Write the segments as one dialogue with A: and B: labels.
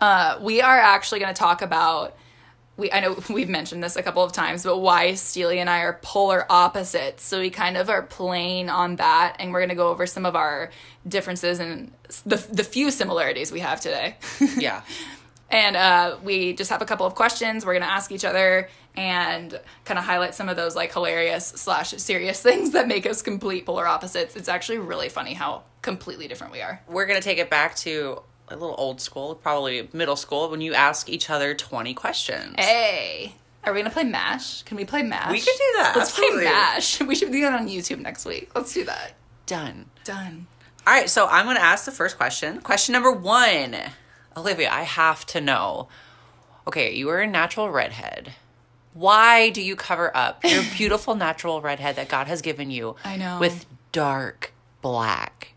A: Uh, we are actually going to talk about. We, I know we've mentioned this a couple of times, but why Steely and I are polar opposites. So we kind of are playing on that, and we're going to go over some of our differences and s- the, the few similarities we have today.
B: Yeah.
A: And uh, we just have a couple of questions we're going to ask each other and kind of highlight some of those like hilarious slash serious things that make us complete polar opposites. It's actually really funny how completely different we are.
B: We're going to take it back to a little old school, probably middle school, when you ask each other 20 questions.
A: Eh. Hey, are we going to play MASH? Can we play MASH?
B: We could do that,
A: Let's
B: absolutely.
A: play MASH. We should do that on YouTube next week. Let's do that.
B: Done.
A: Done.
B: All right, so I'm going to ask the first question. Question number one Olivia, I have to know. Okay, you are a natural redhead. Why do you cover up your beautiful natural redhead that God has given you
A: I know.
B: with dark black?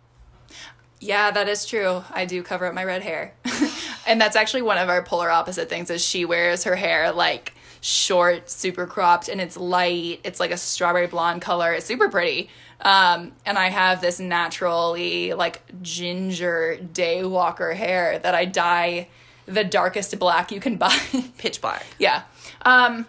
A: Yeah, that is true. I do cover up my red hair. and that's actually one of our polar opposite things is she wears her hair like short, super cropped and it's light. It's like a strawberry blonde color. It's super pretty. Um, and I have this naturally like ginger daywalker hair that I dye the darkest black you can buy.
B: Pitch black.
A: Yeah. Um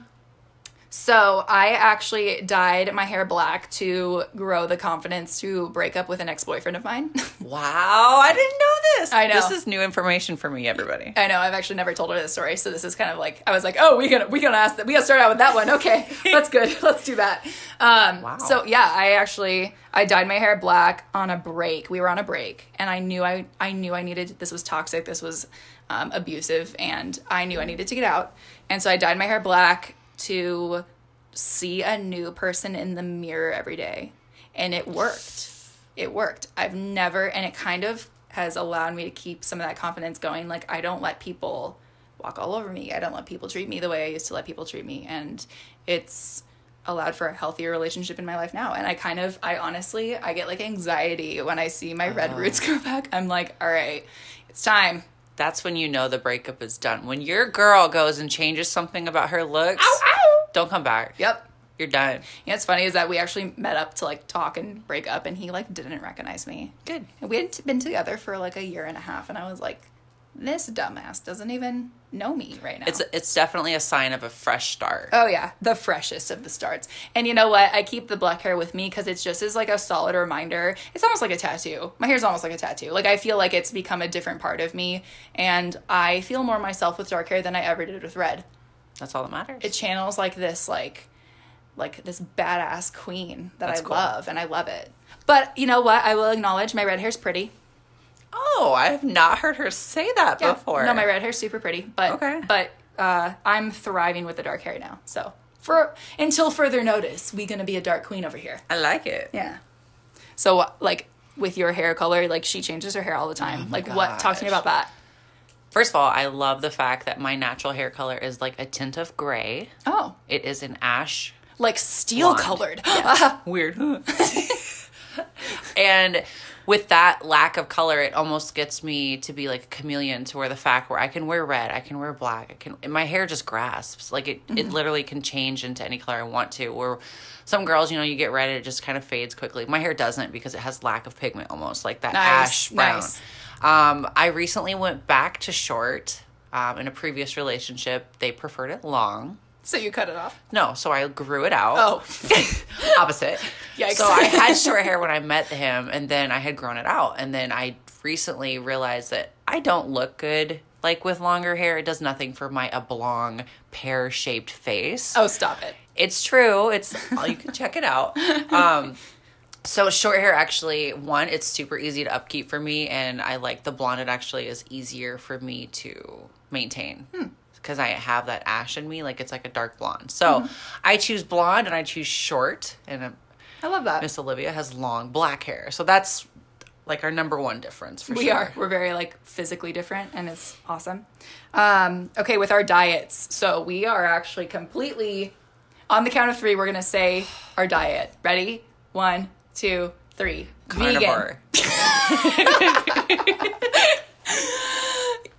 A: so I actually dyed my hair black to grow the confidence to break up with an ex-boyfriend of mine.
B: Wow, I didn't know this.
A: I know.
B: This is new information for me, everybody.
A: I know I've actually never told her this story, so this is kind of like I was like, oh, we gonna we gonna ask that we gotta start out with that one. Okay, that's good. Let's do that. Um,
B: Wow.
A: So yeah, I actually I dyed my hair black on a break. We were on a break, and I knew I I knew I needed this was toxic. This was um, abusive, and I knew I needed to get out. And so I dyed my hair black to see a new person in the mirror every day. And it worked. It worked. I've never, and it kind of has allowed me to keep some of that confidence going. Like, I don't let people walk all over me. I don't let people treat me the way I used to let people treat me. And it's allowed for a healthier relationship in my life now. And I kind of, I honestly, I get like anxiety when I see my red roots grow back. I'm like, all right, it's time.
B: That's when you know the breakup is done. When your girl goes and changes something about her looks,
A: Ow!
B: don't come back.
A: Yep.
B: You're done.
A: You know, it's funny is that we actually met up to like talk and break up, and he like didn't recognize me.
B: Good.
A: And we had t- been together for like a year and a half, and I was like, this dumbass doesn't even know me right now.
B: It's it's definitely a sign of a fresh start.
A: Oh yeah, the freshest of the starts. And you know what? I keep the black hair with me because it's just as like a solid reminder. It's almost like a tattoo. My hair's almost like a tattoo. Like I feel like it's become a different part of me, and I feel more myself with dark hair than I ever did with red.
B: That's all that matters.
A: It channels like this, like, like this badass queen that
B: That's
A: I
B: cool.
A: love, and I love it. But you know what? I will acknowledge my red hair's pretty.
B: oh, I have not heard her say that
A: Yeah.
B: before.
A: No, my red hair's super pretty, but
B: Okay.
A: but uh, I'm thriving with the dark hair now. So for until further notice, we gonna be a dark queen over here.
B: I like it.
A: Yeah. So like with your hair color, like she changes her hair all the time. like what? Talk to me
B: gosh.
A: about that.
B: First of all, I love the fact that my natural hair color is like a tint of gray.
A: Oh,
B: It is an ash.
A: like steel
B: Blonde.
A: colored.
B: Weird. and with that lack of color, it almost gets me to be like a chameleon to where the fact where I can wear red, I can wear black, I can and my hair just grasps. Like it,
A: Mm-hmm.
B: it literally can change into any color I want to. Where some girls, you know, you get red and it just kind of fades quickly. My hair doesn't because it has lack of pigment almost, like that
A: Nice,
B: ash brown.
A: nice.
B: Um, I recently went back to short. Um, in a previous relationship, they preferred it long.
A: so you cut it off.
B: No, so I grew it out.
A: Oh,
B: opposite.
A: Yikes.
B: So I had short hair when I met him, and then I had grown it out, and then I recently realized that I don't look good like with longer hair. It does nothing for my oblong pear shaped face.
A: oh, stop it.
B: It's true. It's you can check it out. Um, so short hair actually one, it's super easy to upkeep for me, and I like the blonde. It actually is easier for me to maintain because I have that ash in me. Like it's like a dark blonde. So I choose blonde and I choose short, and um,
A: I love that.
B: Miss Olivia has long black hair. So that's like our number one difference for
A: We
B: sure.
A: are. We're very like physically different and it's awesome. Um, okay, with our diets. So we are actually completely on the count of three, we're gonna say our diet. Ready? One, two, three. Vegan.
B: Carnivore.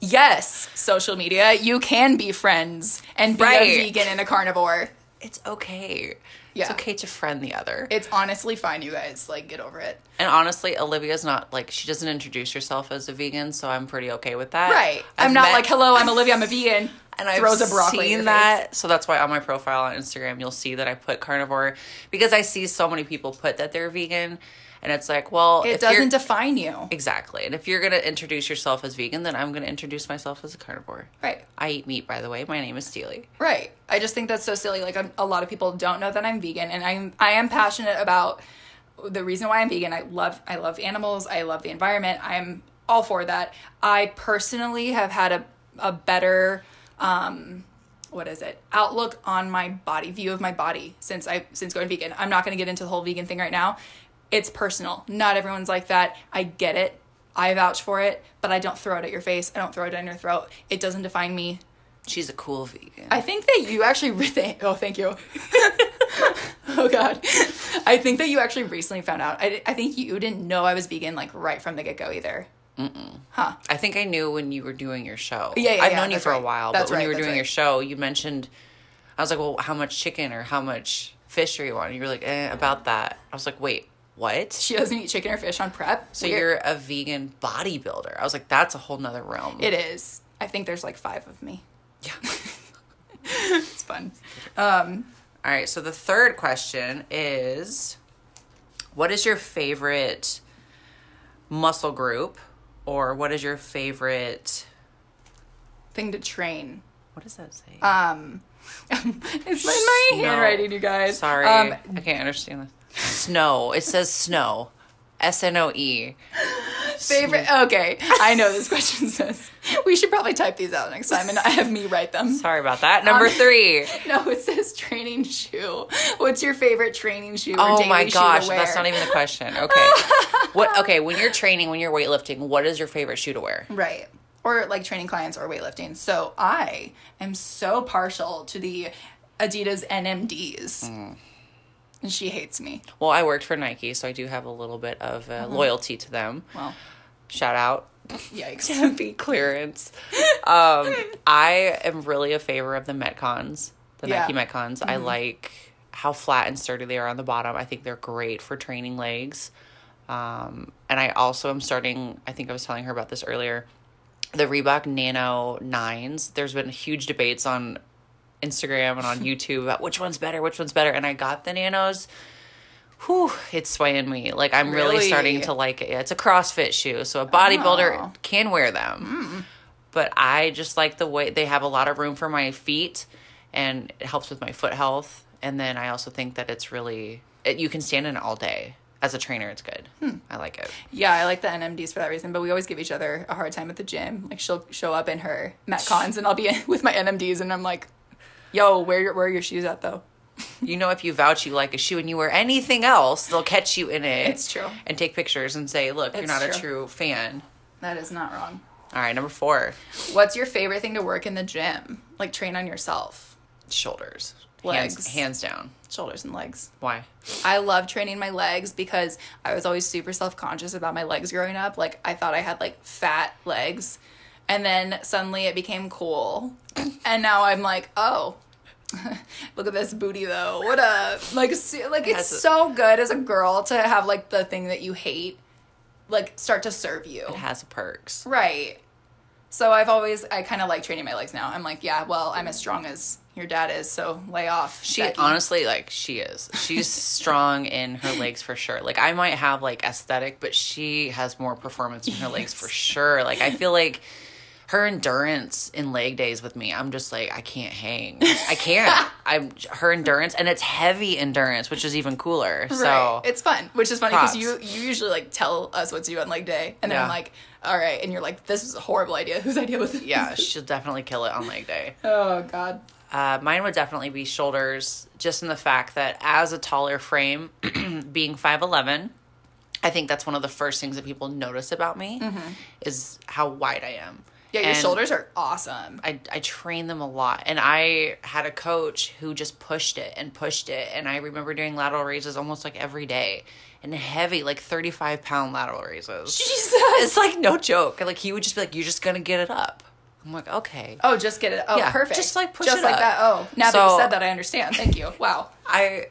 A: Yes, social media. You can be friends and be
B: Right.
A: a vegan and a carnivore.
B: It's okay.
A: Yeah.
B: It's okay to friend the other.
A: It's honestly fine, you guys. Like, get over it.
B: and honestly, Olivia's not like she doesn't introduce herself as a vegan, so I'm pretty okay with that.
A: Right. i
B: I've
A: am not
B: met-
A: like, hello, I'm Olivia, I'm a vegan.
B: and I've
A: throws a broccoli in
B: seen
A: your
B: that. So that's why on my profile on Instagram, you'll see that I put carnivore because I see so many people put that they're vegan, and it's like, well,
A: It
B: if you're-
A: doesn't define you.
B: exactly. And if you're gonna introduce yourself as vegan, then I'm gonna introduce myself as a carnivore.
A: Right.
B: I eat meat, by the way. My name is Steely.
A: Right. I just think that's so silly. Like I'm, a lot of people don't know that I'm vegan, and I'm I am passionate about the reason why I'm vegan. I love I love animals. I love the environment. I'm all for that. I personally have had a a better um what is it outlook on my body view of my body since i since going vegan i'm not going to get into the whole vegan thing right now it's personal not everyone's like that i get it i vouch for it but i don't throw it at your face i don't throw it down your throat it doesn't define me
B: She's a cool vegan.
A: I think that you actually. Re- thank- oh, thank you. oh God, I think that you actually recently found out. I, I think you didn't know I was vegan like right from the get go either.
B: I think I knew when you were doing your show.
A: Yeah, yeah,
B: I've
A: yeah,
B: known you
A: that's
B: for a
A: right.
B: while,
A: That's
B: but when
A: right,
B: you were
A: that's
B: doing
A: right.
B: your show, you mentioned. I was like, well, how much chicken or how much fish are you on? And you were like, eh, about that. I was like, wait, what?
A: She doesn't eat chicken or fish on prep.
B: So you're a vegan bodybuilder. I was like, that's a whole nother realm.
A: It is. I think there's like five of me.
B: Yeah.
A: It's fun.
B: All right. So the third question is, what is your favorite muscle group, or what is your favorite?
A: Thing to train.
B: What does that say?
A: It's my, my
B: Snow.
A: handwriting, you guys.
B: Sorry,
A: Um,
B: I can't understand this. Snow. It says snow. S N O E.
A: favorite. Okay, I know this question says we should probably type these out next time and not have me write them.
B: Sorry about that. Number
A: Um,
B: three.
A: No, it says training shoe. What's your favorite training shoe? Or
B: Oh
A: daily
B: my
A: shoe to
B: gosh,
A: wear?
B: that's not even the question. Okay. what? Okay, when you're training, when you're weightlifting, what is your favorite shoe to wear?
A: Right. Or like training clients or weightlifting. So I am so partial to the Adidas NMDs.
B: Mm.
A: And she hates me.
B: Well, I worked for Nike, so I do have a little bit of
A: Mm-hmm.
B: uh, loyalty to them.
A: Well,
B: Shout out.
A: yikes.
B: Be clearance. Um, I am really a favor of the Metcons, the
A: Yeah.
B: Nike Metcons. I like how flat and sturdy they are on the bottom. I think they're great for training legs. Um, and I also am starting, I think I was telling her about this earlier, the Reebok Nano 9s. There's been huge debates on Instagram and on YouTube about which one's better, which one's better. And I got the Nanos. Whew, it's swaying me. Like I'm really,
A: Really?
B: starting to like it. Yeah, it's a CrossFit shoe, so a bodybuilder
A: Oh.
B: can wear them. But I just like the way they have a lot of room for my feet, and it helps with my foot health. And then I also think that it's really it, you can stand in it all day. As a trainer, it's good. I like it.
A: Yeah, I like the NMDs for that reason, but we always give each other a hard time at the gym. Like she'll show up in her Metcons and I'll be with my NMDs and I'm like, yo, where, your- where are your shoes at though?
B: You know, if you vouch you like a shoe and you wear anything else, they'll catch you in it.
A: It's true.
B: And take pictures and say, "Look, you're
A: It's
B: not a
A: true.
B: true fan."
A: That is not wrong.
B: All right, number four,
A: What's your favorite thing to work in the gym? Like train on yourself,
B: shoulders,
A: Legs.
B: hands, hands down.
A: shoulders and legs.
B: Why?
A: I love training my legs because I was always super self conscious about my legs growing up. Like I thought I had like fat legs, and then suddenly it became cool, and now I'm like, oh, look at this booty though. What up? Like, so- like it's
B: has a-
A: so good as a girl to have like the thing that you hate, like start to serve you,
B: It has perks.
A: right? So I've always I kind of like training my legs now. I'm like, yeah, well, I'm as strong as your dad is, so lay off.
B: She
A: Becky.
B: honestly, like, she is. She's strong in her legs for sure. Like, I might have like aesthetic, but she has more performance in her legs for sure. Like, I feel like her endurance in leg days with me, I'm just like, I can't hang. I can't. I'm her endurance, and it's heavy endurance, which is even cooler. So
A: Right. It's fun, which is funny because
B: Props.
A: you you usually like tell us what to do on leg day, and then I'm
B: Yeah.
A: like, all right, and you're like, this is a horrible idea. Whose idea was this?
B: yeah, she'll definitely kill it on leg day.
A: Oh God.
B: Uh, mine would definitely be shoulders, just in the fact that as a taller frame, being 5'11, I think that's one of the first things that people notice about me is how wide I am.
A: Mm-hmm. Yeah, your
B: And
A: shoulders are awesome.
B: I, I train them a lot. And I had a coach who just pushed it and pushed it. And I remember doing lateral raises almost like every day and heavy, like 35 pound lateral raises.
A: Jesus.
B: It's like no joke. Like he would just be like, you're just going to get it up. I'm like, okay.
A: Oh, just get it. Oh,
B: Yeah,
A: perfect.
B: just, like, push
A: just
B: it
A: like
B: up.
A: that. Oh, now that you
B: So-
A: said that, I understand. Thank you. Wow.
B: I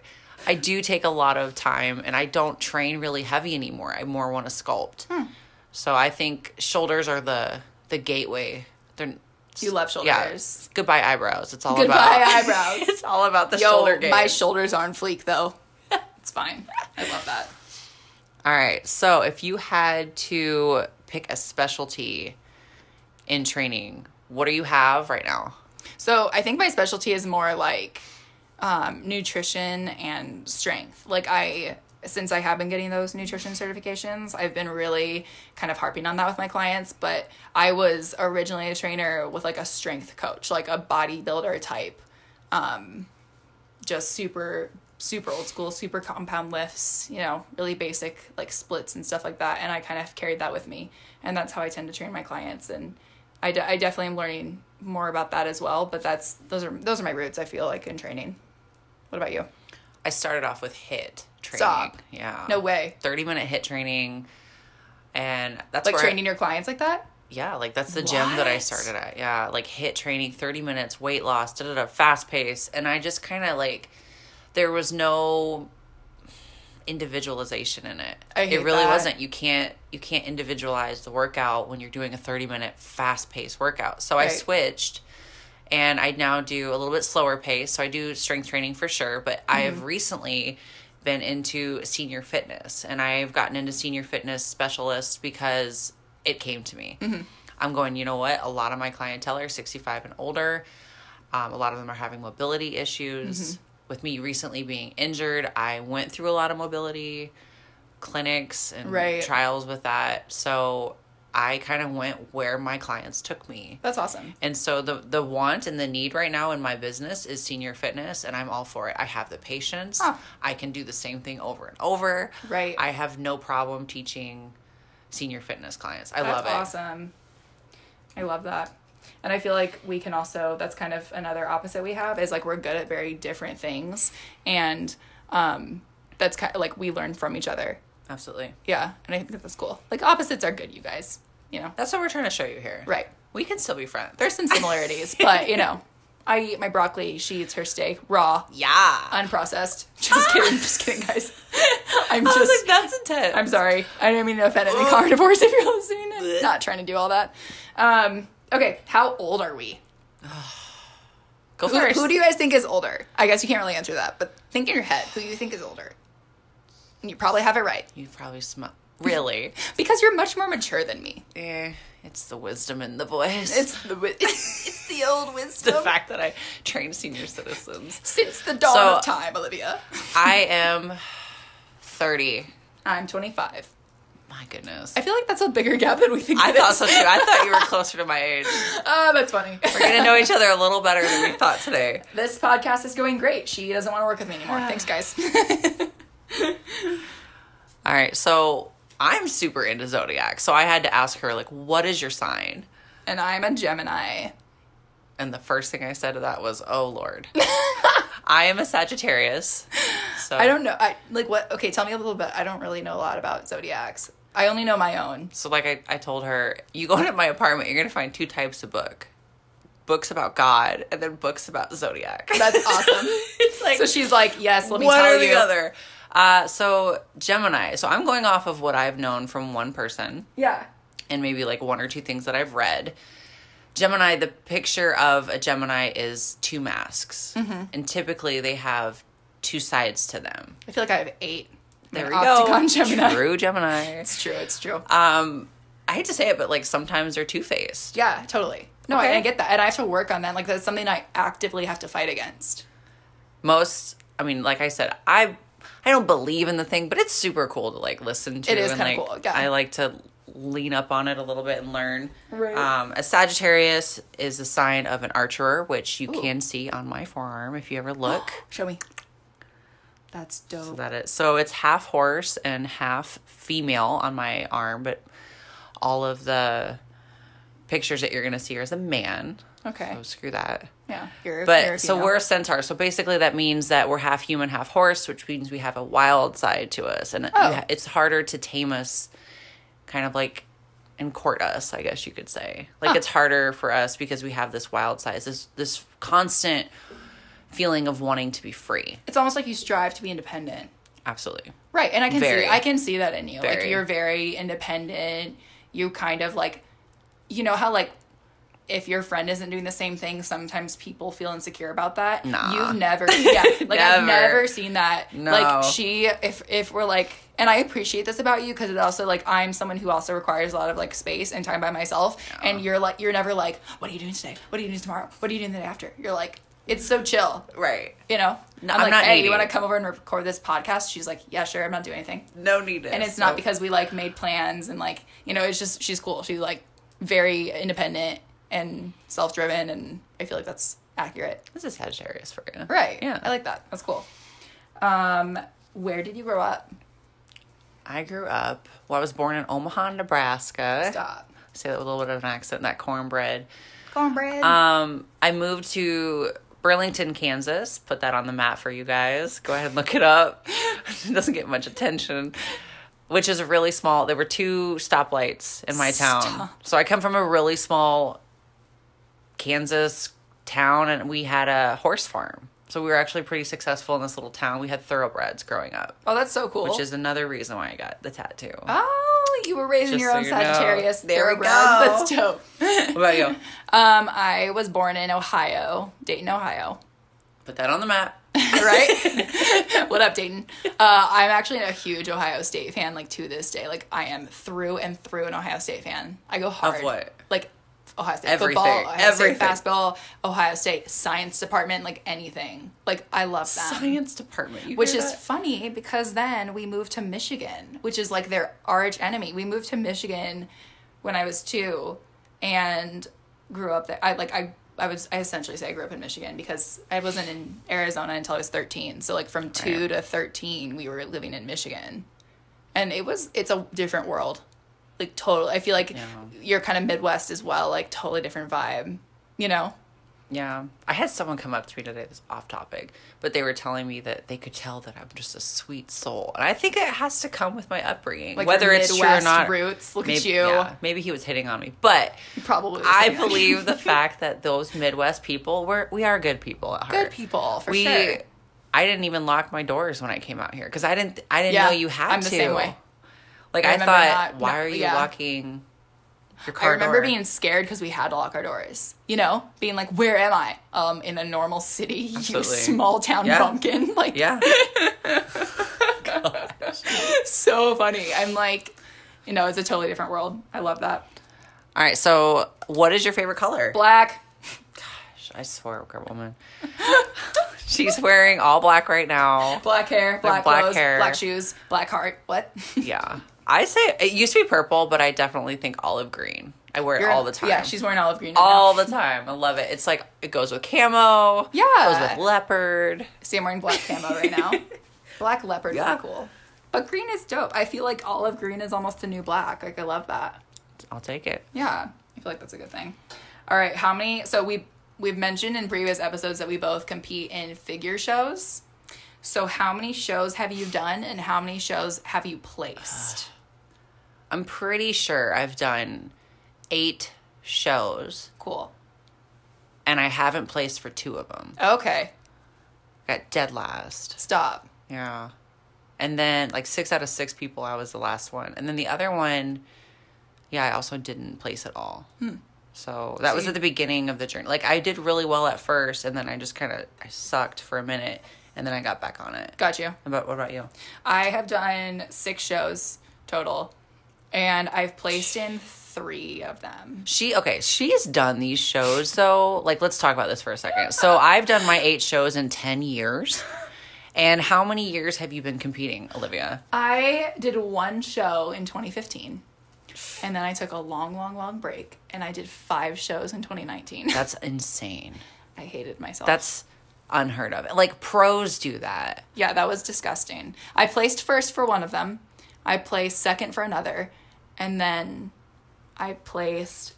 B: I do take a lot of time and I don't train really heavy anymore. I more want to sculpt.
A: Hmm.
B: So I think shoulders are the the gateway. They're
A: You love shoulders.
B: Yeah. Goodbye eyebrows. It's all
A: Goodbye
B: about
A: eyebrows.
B: It's all about the shoulder
A: Yo,
B: game.
A: my shoulders aren't fleek though. it's fine. I love that.
B: all right. So if you had to pick a specialty in training, what do you have right now?
A: So I think my specialty is more like um, nutrition and strength. Like I, since I have been getting those nutrition certifications, I've been really kind of harping on that with my clients. But I was originally a trainer with like a strength coach, like a bodybuilder type, um, just super super old school super compound lifts you know really basic like splits and stuff like that and i kind of carried that with me and that's how i tend to train my clients and I, de- I definitely am learning more about that as well. But that's those are those are my roots. I feel like in training. What about you?
B: I started off with hit training.
A: Stop.
B: Yeah.
A: No way.
B: 30 minute hit training. And that's
A: Like
B: where I-
A: training your clients like that.
B: Yeah, like that's the gym that I
A: What?
B: started at. Yeah, like hit training, 30 minutes, weight loss, da da da, fast pace. And I just kind of like, there was no individualization in it.
A: I hate
B: it really
A: that.
B: wasn't. You can't you can't individualize the workout when you're doing a 30 minute fast paced workout. So I
A: Right.
B: switched and I now do a little bit slower pace. So I do strength training for sure, but I have recently been into senior fitness and I've gotten into senior fitness specialists because it came to me. I'm going, you know what? A lot of my clientele are 65 and older. Um, a lot of them are having mobility
A: Mm-hmm.
B: issues. With me recently being injured, I went through a lot of mobility clinics and
A: Right.
B: trials with that. So I kind of went where my clients took me.
A: That's awesome.
B: And so the the want and the need right now in my business is senior fitness and I'm all for it. I have the patience.
A: Ah.
B: I can do the same thing over and over.
A: Right.
B: I have no problem teaching senior fitness clients. I
A: That's
B: love it.
A: awesome. I love that. And I feel like we can also that's kind of another opposite we have is like we're good at very different things and um that's kind of like we learn from each other.
B: Absolutely.
A: Yeah, and I think that's cool. Like opposites are good, you guys. You know.
B: That's what we're trying to show you here.
A: Right.
B: We can still be friends.
A: There's some similarities, but you know, I eat my broccoli, she eats her steak raw.
B: yeah.
A: unprocessed. Just kidding, just kidding, guys. I'm
B: I was
A: just,
B: like, that's intense.
A: I'm sorry. I didn't mean to offend any carnivores if you're listening. I'm not trying to do all that. Um, okay, how old are we?
B: Go
A: Who,
B: first.
A: who do you guys think is older? I guess you can't really answer that, but think in your head who you think is older. And you probably have it right
B: you probably smell really.
A: because you're much more mature than me.
B: eh, it's the wisdom in the voice.
A: It's the wi- it's, it's the old
B: the
A: wisdom
B: fact that I train senior citizens.
A: since the dawn
B: So-
A: of time, Olivia.
B: I am 30.
A: I'm 25.
B: My goodness.
A: I feel like that's a bigger gap than we think.
B: I
A: it is.
B: thought so too. I thought you were closer to my age.
A: Oh, that's funny.
B: We're gonna know each other a little better than we thought today.
A: this podcast is going great. She doesn't want to work with me anymore. Thanks, guys.
B: All right, so I'm super into zodiac, so I had to ask her like, "What is your sign?"
A: and I'm a Gemini.
B: And the first thing I said to that was, "Oh Lord, I am a Sagittarius." So
A: I don't know. I like what? Okay, tell me a little bit. I don't really know a lot about zodiacs. I only know my own.
B: So like I, I told her, you go into my apartment, you're gonna find two types of book, books about God, and then books about zodiac.
A: That's awesome.
B: it's like
A: So she's like, yes, let me
B: one
A: tell
B: or the
A: you.
B: other. Uh, so Gemini. So I'm going off of what I've known from one person
A: Yeah.
B: and maybe like one or two things that I've read. Gemini, the picture of a Gemini is two masks, and typically they have two sides to them.
A: I feel like I have eight. I'm
B: There
A: an
B: we
A: Octagon
B: go.
A: Gemini.
B: True Gemini.
A: It's true. It's true.
B: Um, I hate to say it, but like sometimes they're two faced.
A: yeah, totally. No, I,
B: okay.
A: I get that, and I have to work on that. Like that's something I actively have to fight against.
B: Most, I mean, like I said, I I don't believe in the thing, but it's super cool to like listen to.
A: It is
B: and,
A: kinda
B: like,
A: cool, yeah.
B: I like to lean up on it a little bit and learn.
A: Right.
B: Um, a Sagittarius is a sign of an archer, which you can see on my forearm if you ever look.
A: Show me. That's dope.
B: that it. So it's half horse and half female on my arm, but all of the pictures that you're gonna see are as a man.
A: okay.
B: So screw that.
A: Yeah. You're, you're a
B: But so
A: female.
B: we're a centaur. So basically, that means that we're half human, half horse, which means we have a wild side to us, and it- you
A: Oh.
B: ha- it's harder to tame us, kind of like, and court us. I guess you could say. Like it's harder for us because we have this wild side, this this constant feeling of wanting to be free.
A: It's almost like you strive to be independent.
B: Absolutely.
A: Right. And I can
B: Very.
A: see I can see that in you. Like
B: Very.
A: you're very independent. You kind of like you know how like if your friend isn't doing the same thing, sometimes people feel insecure about that.
B: Nah.
A: You've never yeah. Like I've
B: Never.
A: never seen that.
B: No.
A: Like she if if we're like and I appreciate this about you because it also like I'm someone who also requires a lot of like space and time by myself. And you're like you're never like, What are you doing today? What are you doing tomorrow? What are you doing the day after? You're like, it's so chill.
B: Right.
A: You know?
B: No,
A: I'm,
B: I'm
A: like,
B: not
A: hey,
B: needy.
A: you wanna come over and record this podcast? She's like, Yeah, sure, I'm not doing anything
B: No need.
A: and it's not because we like made plans and like you know it's just she's cool she's like very independent and self-driven and i feel like that's accurate
B: this is Sagittarius for you.
A: right
B: Yeah.
A: i like that that's cool um where did you grow up
B: I grew up. Well, I was born in Omaha, Nebraska.
A: stop
B: Say that with a little bit of an accent. That cornbread.
A: cornbread
B: Um, I moved to Burlington, Kansas. Put that on the map for you guys. Go ahead and look it up. it doesn't get much attention. Which is really small. There were two stoplights in my town.
A: Stop.
B: So I come from a really small Kansas town and we had a horse farm. So we were actually pretty successful in this little town. We had thoroughbreds growing up,
A: oh that's so cool
B: which is another reason why I got the tattoo.
A: oh you were raised in
B: Just
A: your
B: so
A: own
B: you know.
A: sagittarius
B: There we
A: thoroughbreds. that's
B: go.
A: dope
B: What about you?
A: um i was born in ohio dayton ohio
B: Put that on the map.
A: right? what up, Dayton? Uh, I'm actually a huge Ohio State fan, like to this day. Like I am through and through an Ohio State fan. I go hard.
B: what?
A: Like Ohio State
B: Everything.
A: football, Ohio
B: Everything.
A: State basketball, Ohio State science department, like anything. Like I love them.
B: Science department. You
A: Which
B: hear
A: is
B: that?
A: funny because then we moved to Michigan, which is like their arch enemy. We moved to Michigan when I was two and grew up there. I like I I was I essentially say I grew up in Michigan because I wasn't in Arizona until I was thirteen. So like from two to thirteen we were living in Michigan. And it was it's a different world. Like total I feel like your kind of Midwest as well, like totally different vibe. You know?
B: Yeah. I had someone come up to me today that's off topic, but they were telling me that they could tell that I'm just a sweet soul. And I think it has to come with my upbringing.
A: Like
B: Whether
A: your
B: it's true or
A: Midwest
B: not.
A: roots. Look at
B: maybe-
A: you.
B: yeah, maybe he was hitting on me. But
A: Probably was
B: I
A: hitting on you.
B: believe the fact that those Midwest people were we are good people at heart.
A: good people for
B: we
A: sure.
B: I didn't even lock my doors when I came out here because I didn't I didn't
A: Yeah,
B: know you had
A: I'm
B: to.
A: the same way.
B: Like
A: I
B: I,
A: remember
B: thought,
A: not-
B: why
A: no,
B: are you
A: yeah.
B: locking your
A: I
B: car
A: remember
B: door?
A: being scared because we had to lock our doors. You know, being like, "Where am I?" Um, in a normal city, you
B: Absolutely.
A: small town
B: Yeah.
A: pumpkin. Like,
B: yeah.
A: so funny. I'm like, you know, it's a totally different world. I love that.
B: All right. So, what is your favorite color?
A: Black.
B: I swear, girl, woman. She's wearing all black right now.
A: Black hair, black,
B: black
A: clothes,
B: hair.
A: black shoes, black heart. What?
B: Yeah. I say it used to be purple, but I definitely think olive green. I wear it all the time.
A: Yeah, she's wearing olive green. right
B: all
A: now.
B: the time. I love it. It's like it goes with camo.
A: Yeah.
B: Goes with leopard.
A: See, I'm wearing black camo right now. black leopard,
B: Yeah.
A: yeah. cool. But green is dope. I feel like olive green is almost a new black. Like, I love that.
B: I'll take it.
A: Yeah, I feel like that's a good thing. All right, how many? So we we've mentioned in previous episodes that we both compete in figure shows. So how many shows have you done, and how many shows have you placed?
B: I'm pretty sure I've done eight shows,
A: Cool.
B: and I haven't placed for two of them.
A: Okay,
B: Got dead last.
A: stop.
B: Yeah. And then like six out of six people, I was the last one. And then the other one, yeah, I also didn't place at all. Hmm. So that was
A: you-
B: at the beginning of the journey. Like I did really well at first, and then I just kind of I sucked for a minute, and then I got back on it.
A: Got you.
B: But what about you?
A: I have done six shows total, and I've placed in three of them.
B: She okay. She's done these shows though. Like let's talk about this for a second. So I've done my eight shows in ten years. And how many years have you been competing, Olivia?
A: I did one show in 2015, and then I took a long, long, long break, and I did five shows in 2019.
B: That's insane.
A: I hated myself.
B: That's unheard of. Like pros do that.
A: Yeah, that was disgusting. I placed first for one of them. I placed second for another. And then I placed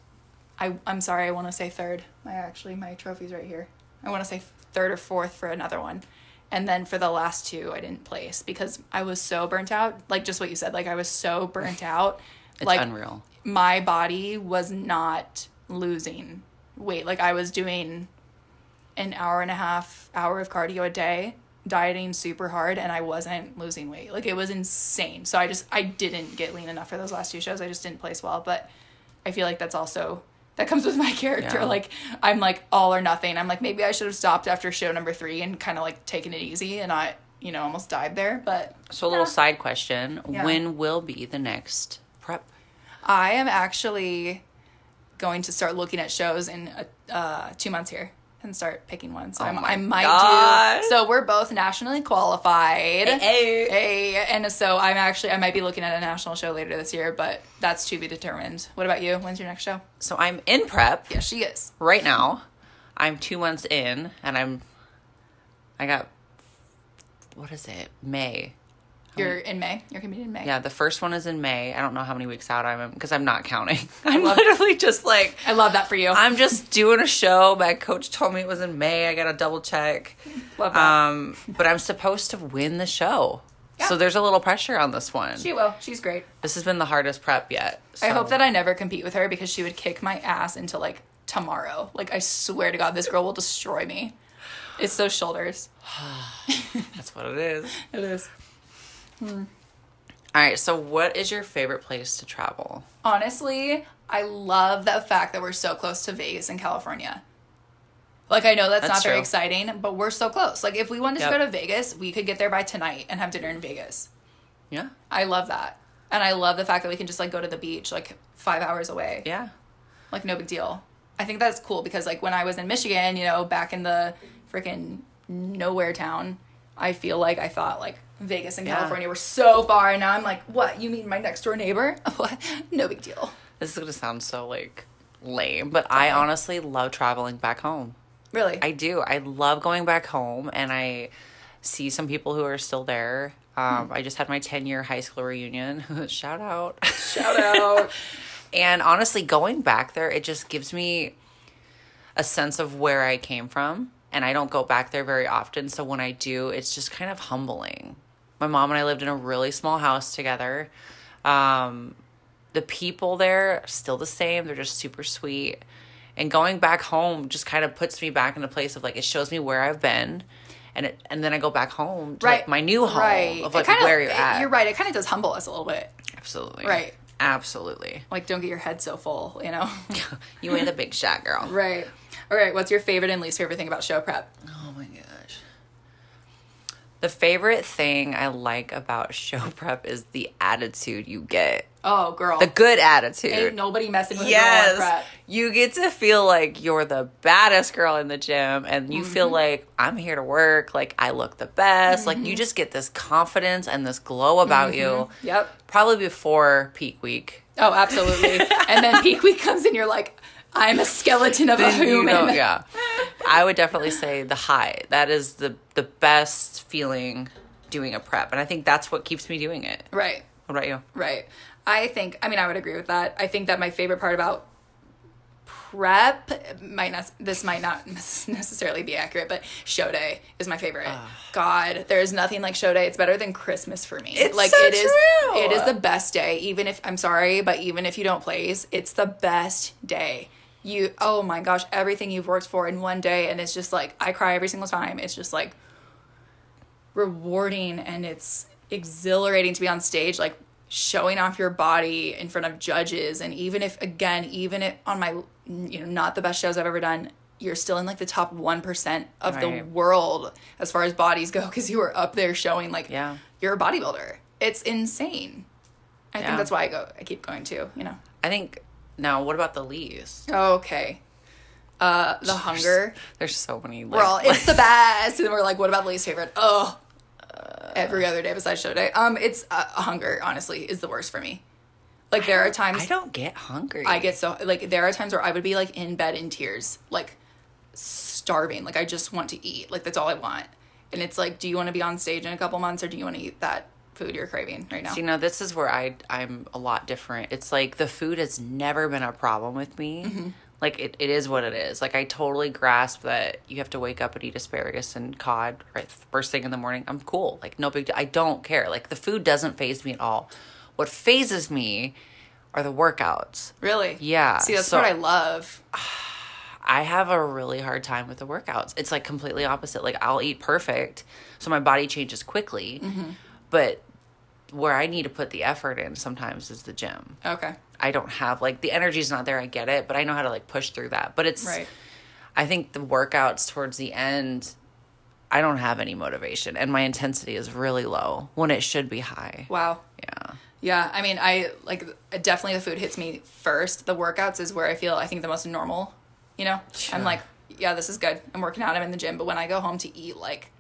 A: I I'm sorry, I want to say third. My actually my trophy's right here. I want to say third or fourth for another one. And then for the last two, I didn't place because I was so burnt out. Like just what you said, like I was so burnt out.
B: It's
A: like
B: unreal.
A: my body was not losing weight. Like I was doing an hour and a half hour of cardio a day dieting super hard and I wasn't losing weight. Like it was insane. So I just I didn't get lean enough for those last two shows. I just didn't place well, but I feel like that's also that comes with my character.
B: Yeah.
A: Like I'm like all or nothing. I'm like maybe I should have stopped after show number 3 and kind of like taken it easy and I, you know, almost died there, but
B: So a little side question:
A: Yeah.
B: When will be the next prep?
A: I am actually going to start looking at shows in uh, uh, two months here and start picking one. So I'm,
B: Oh my
A: I might
B: God.
A: do. So we're both nationally qualified.
B: Hey.
A: Hey. And so I'm actually, I might be looking at a national show later this year, but that's to be determined. What about you? When's your next show?
B: So I'm in prep
A: Yeah, she is.
B: right now. I'm two months in, and I'm I got what is it? May.
A: You're in May. You're competing in May.
B: Um, Yeah, the first one is in May. I don't know how many weeks out I'm because I'm not counting. I'm literally just like
A: I love that for you.
B: I'm just doing a show. My coach told me it was in May. I got to double check.
A: love that.
B: Um, but I'm supposed to win the show.
A: Yeah.
B: So there's a little pressure on this one.
A: she will. She's great.
B: this has been the hardest prep yet.
A: I
B: so-
A: hope that I never compete with her because she would kick my ass into like tomorrow. Like I swear to God, this girl will destroy me. It's those shoulders.
B: that's what it is.
A: It is.
B: All right. So, what is your favorite place to travel?
A: Honestly, I love the fact that we're so close to Vegas in California. Like I know that's,
B: That's
A: not very
B: true.
A: exciting, but we're so close. Like if we wanted to
B: Yep.
A: go to Vegas, we could get there by tonight and have dinner in Vegas.
B: Yeah.
A: I love that. And I love the fact that we can just like go to the beach like 5 hours away.
B: Yeah.
A: like no big deal. I think that's cool because like when I was in Michigan, you know, back in the freaking nowhere town, I feel like I thought like Vegas and
B: Yeah.
A: California were so far, and now I'm like, what? You mean my next door neighbor? What? no big deal.
B: This is going to sound so like lame, but I honestly love traveling back home.
A: Really?
B: I do. I love going back home and I see some people who are still there. Um, I just had my 10 year high school reunion. Shout out.
A: shout out.
B: And honestly, going back there, it just gives me a sense of where I came from. And I don't go back there very often. So when I do, it's just kind of humbling. My mom and I lived in a really small house together. Um, the people there are still the same, they're just super sweet. And going back home just kind of puts me back in a place of like, it shows me where I've been. And, it, and then I go back home to like, my new home of
A: It
B: like
A: kinda-
B: where you're
A: it-
B: at.
A: You're right. It kind of does humble us a little bit.
B: Absolutely.
A: Right.
B: Absolutely.
A: Like, don't get your head so full, you know?
B: You ain't a big shot, girl.
A: right. All right. What's your favorite and least favorite thing about show prep?
B: Oh my gosh. The favorite thing I like about show prep is the attitude you get.
A: Oh, girl.
B: The good attitude.
A: Ain't nobody messing with yes. girl on
B: yes.
A: prep.
B: You get to feel like you're the baddest girl in the gym and you
A: Mm-hmm.
B: feel like I'm here to work, like I look the best. Like
A: Mm-hmm.
B: you just get this confidence and this glow about you.
A: Yep.
B: Probably before peak week.
A: Oh, absolutely. and then peak week comes in, you're like, I'm a skeleton of a
B: And you
A: human.
B: know- yeah. I would definitely say the high. That is the the best feeling doing a prep, and I think that's what keeps me doing it.
A: Right,
B: What about you?
A: right. I think, I mean, I would agree with that. I think that my favorite part about prep might not, this might not necessarily be accurate, but show day is my favorite.
B: Ah.
A: God, there's nothing like show day. It's better than Christmas for me.
B: It's
A: like
B: so
A: it is,
B: true.
A: it is the best day. Even if, I'm sorry, but even if you don't place, it's the best day. You, oh my gosh, everything you've worked for in one day. And it's just like, I cry every single time. It's just like, rewarding and it's exhilarating to be on stage like showing off your body in front of judges and even if again even if on my you know not the best shows i've ever done you're still in like the top 1% of the
B: Right.
A: world as far as bodies go because you were up there showing like
B: Yeah.
A: you're a bodybuilder it's insane i
B: Yeah.
A: think that's why i go i keep going to you know
B: I think now. What about the least?
A: okay uh the hunger
B: There's so many. Like,
A: we're all it's the best and we're like what about the least favorite oh every other day besides show day um it's uh, hunger honestly is the worst for me like there are times
B: I don't get hungry.
A: I get so like there are times where I would be like in bed in tears, like starving. Like I just want to eat. Like that's all I want. And it's like, do you want to be on stage in a couple months or do you want to eat that food you're craving right now?
B: You know, this is where I I'm a lot different. It's like the food has never been a problem with me. Like it, it is what it is. Like I totally grasp that you have to wake up and eat asparagus and cod right first thing in the morning. I'm cool. Like no big. deal. I don't care. Like the food doesn't phase me at all. What phases me are the workouts.
A: Really?
B: Yeah,
A: See, that's
B: so-
A: what I love.
B: I have a really hard time with the workouts. It's like completely opposite. Like I'll eat perfect, so my body changes quickly. But where I need to put the effort in sometimes is the gym.
A: Okay.
B: I don't have like the energy's not there. I get it, but I know how to like push through that. But it's
A: Right.
B: I think the workouts towards the end, I don't have any motivation, and my intensity is really low when it should be high.
A: Wow.
B: Yeah.
A: Yeah, I mean, I like definitely the food hits me first. The workouts is where I feel I think the most normal. You know,
B: Sure.
A: I'm like, yeah, this is good. I'm working out. I'm in the gym. But when I go home to eat, like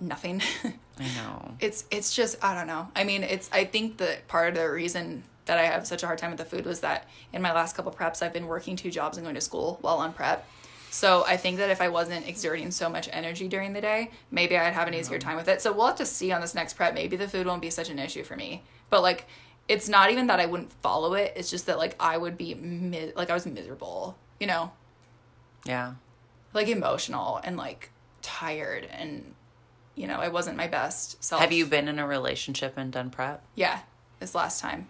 A: nothing.
B: I know.
A: it's it's just I don't know. I mean, it's I think that part of the reason that I have such a hard time with the food was that in my last couple preps, I've been working two jobs and going to school while on prep. So I think that if I wasn't exerting so much energy during the day, maybe I'd have an easier time with it. So we'll have to see on this next prep. Maybe the food won't be such an issue for me. But like, it's not even that I wouldn't follow it. It's just that like I would be mi- like I was miserable, you know,
B: Yeah.
A: like emotional and like tired and you know I wasn't my best self.
B: Have you been in a relationship and done prep?
A: Yeah, this last time.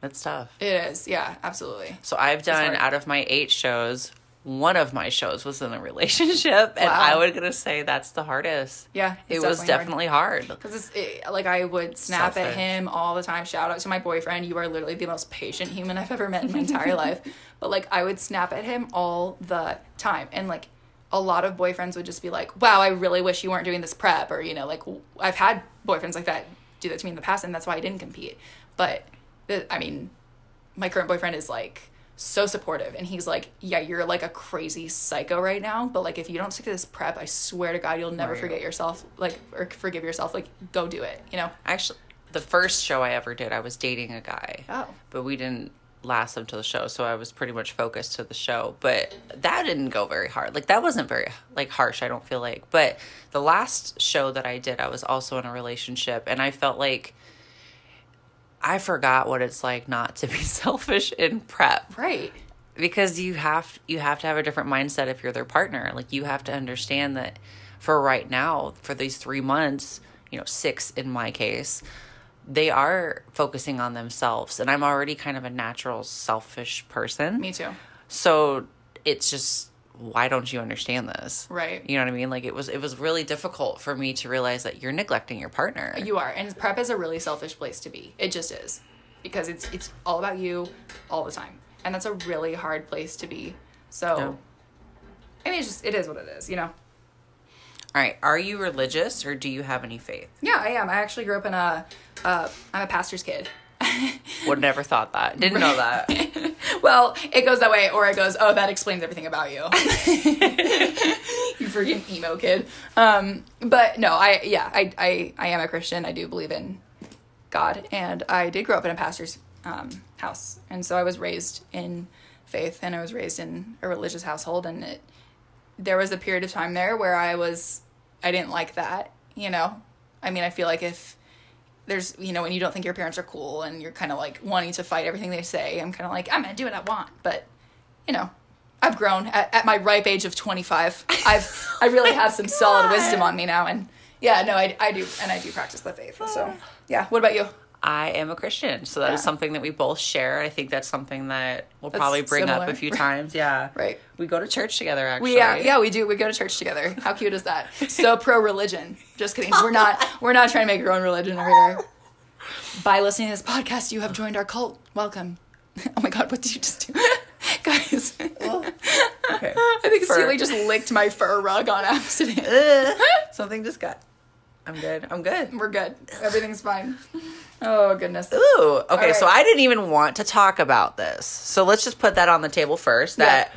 B: That's tough.
A: It is. Yeah, absolutely.
B: So I've done
A: hard.
B: out of my eight shows, one of my shows was in a relationship, and
A: Wow.
B: I was gonna say that's the hardest.
A: Yeah,
B: it was definitely hard.
A: because it's it, like I would snap at
B: Selfish.
A: him all the time. Shout out to my boyfriend. You are literally the most patient human I've ever met in my entire life. But like I would snap at him all the time, and like a lot of boyfriends would just be like, "Wow, I really wish you weren't doing this prep," or you know, like w- I've had boyfriends like that do that to me in the past, and that's why I didn't compete. But the, I mean, my current boyfriend is like so supportive and he's like yeah you're like a crazy psycho right now but like if you don't stick to this prep i swear to god you'll never
B: Right.
A: forget yourself like or forgive yourself like go do it you know
B: Actually, the first show I ever did, I was dating a guy.
A: Oh.
B: But we didn't last up to the show, so I was pretty much focused to the show. But that didn't go very hard. Like that wasn't very like harsh, I don't feel like. But the last show that I did, I was also in a relationship and I felt like I forgot what it's like not to be selfish in prep
A: right
B: because you have you have to have a different mindset if you're their partner like you have to understand that for right now for these three months you know six in my case they are focusing on themselves and i'm already kind of a natural selfish person
A: me too
B: so it's just why don't you understand this
A: Right.
B: you know what i mean like it was it was really difficult for me to realize that you're neglecting your partner
A: you are and prep is a really selfish place to be it just is because it's it's all about you all the time and that's a really hard place to be so
B: Yeah.
A: i mean it's just it is what it is you know
B: all right are you religious or do you have any faith
A: yeah i am i actually grew up in a uh, i'm a pastor's kid
B: would never thought that didn't know that
A: Well, it goes that way, or it goes, oh, that explains everything about you. you freaking emo kid. Um, but no, I yeah, I, I I am a Christian. I do believe in God, and I did grow up in a pastor's um, house, and so I was raised in faith, and I was raised in a religious household, and it there was a period of time there where I was I didn't like that, you know. I mean, I feel like if there's you know when you don't think your parents are cool and you're kind of like wanting to fight everything they say i'm kind of like i'm gonna do what i want but you know i've grown at, at my ripe age of 25 i've i really have some solid wisdom on me now and yeah no I, I do and i do practice the faith so yeah what about you
B: I am a Christian, so that is
A: Yeah.
B: something that we both share. I think that's something that we'll
A: That's
B: probably bring up
A: similar.
B: a few times. Yeah,
A: Right.
B: We go to church together. Actually,
A: we, yeah, yeah, we do. We go to church together. How cute is that? So pro religion. Just kidding. We're not. We're not trying to make our own religion over there. By listening to this podcast, you have joined our cult. Welcome. Oh my God, what did you just do, guys?
B: Okay.
A: I think
B: Fur.
A: Steely just licked my fur rug on accident.
B: Ugh. Something just got. I'm good. I'm good.
A: We're good. Everything's fine. Oh goodness.
B: Ooh. Okay.
A: right.
B: So I didn't even want to talk about this. So let's just put that on the table first. That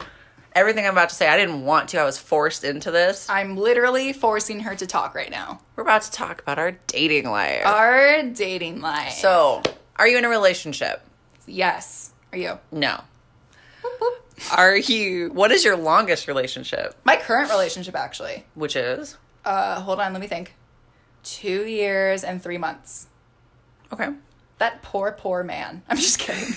B: everything I'm about to say, I didn't want to. I was forced into this.
A: I'm literally forcing her to talk right now.
B: We're about to talk about our dating life.
A: Oh, Our dating life.
B: so, are you in a relationship?
A: yes. Are you?
B: No. Are you? What is your longest relationship?
A: My current relationship actually.
B: Which is
A: Uh hold on, let me think. Two years and three months.
B: okay.
A: That poor, poor man. I'm just kidding.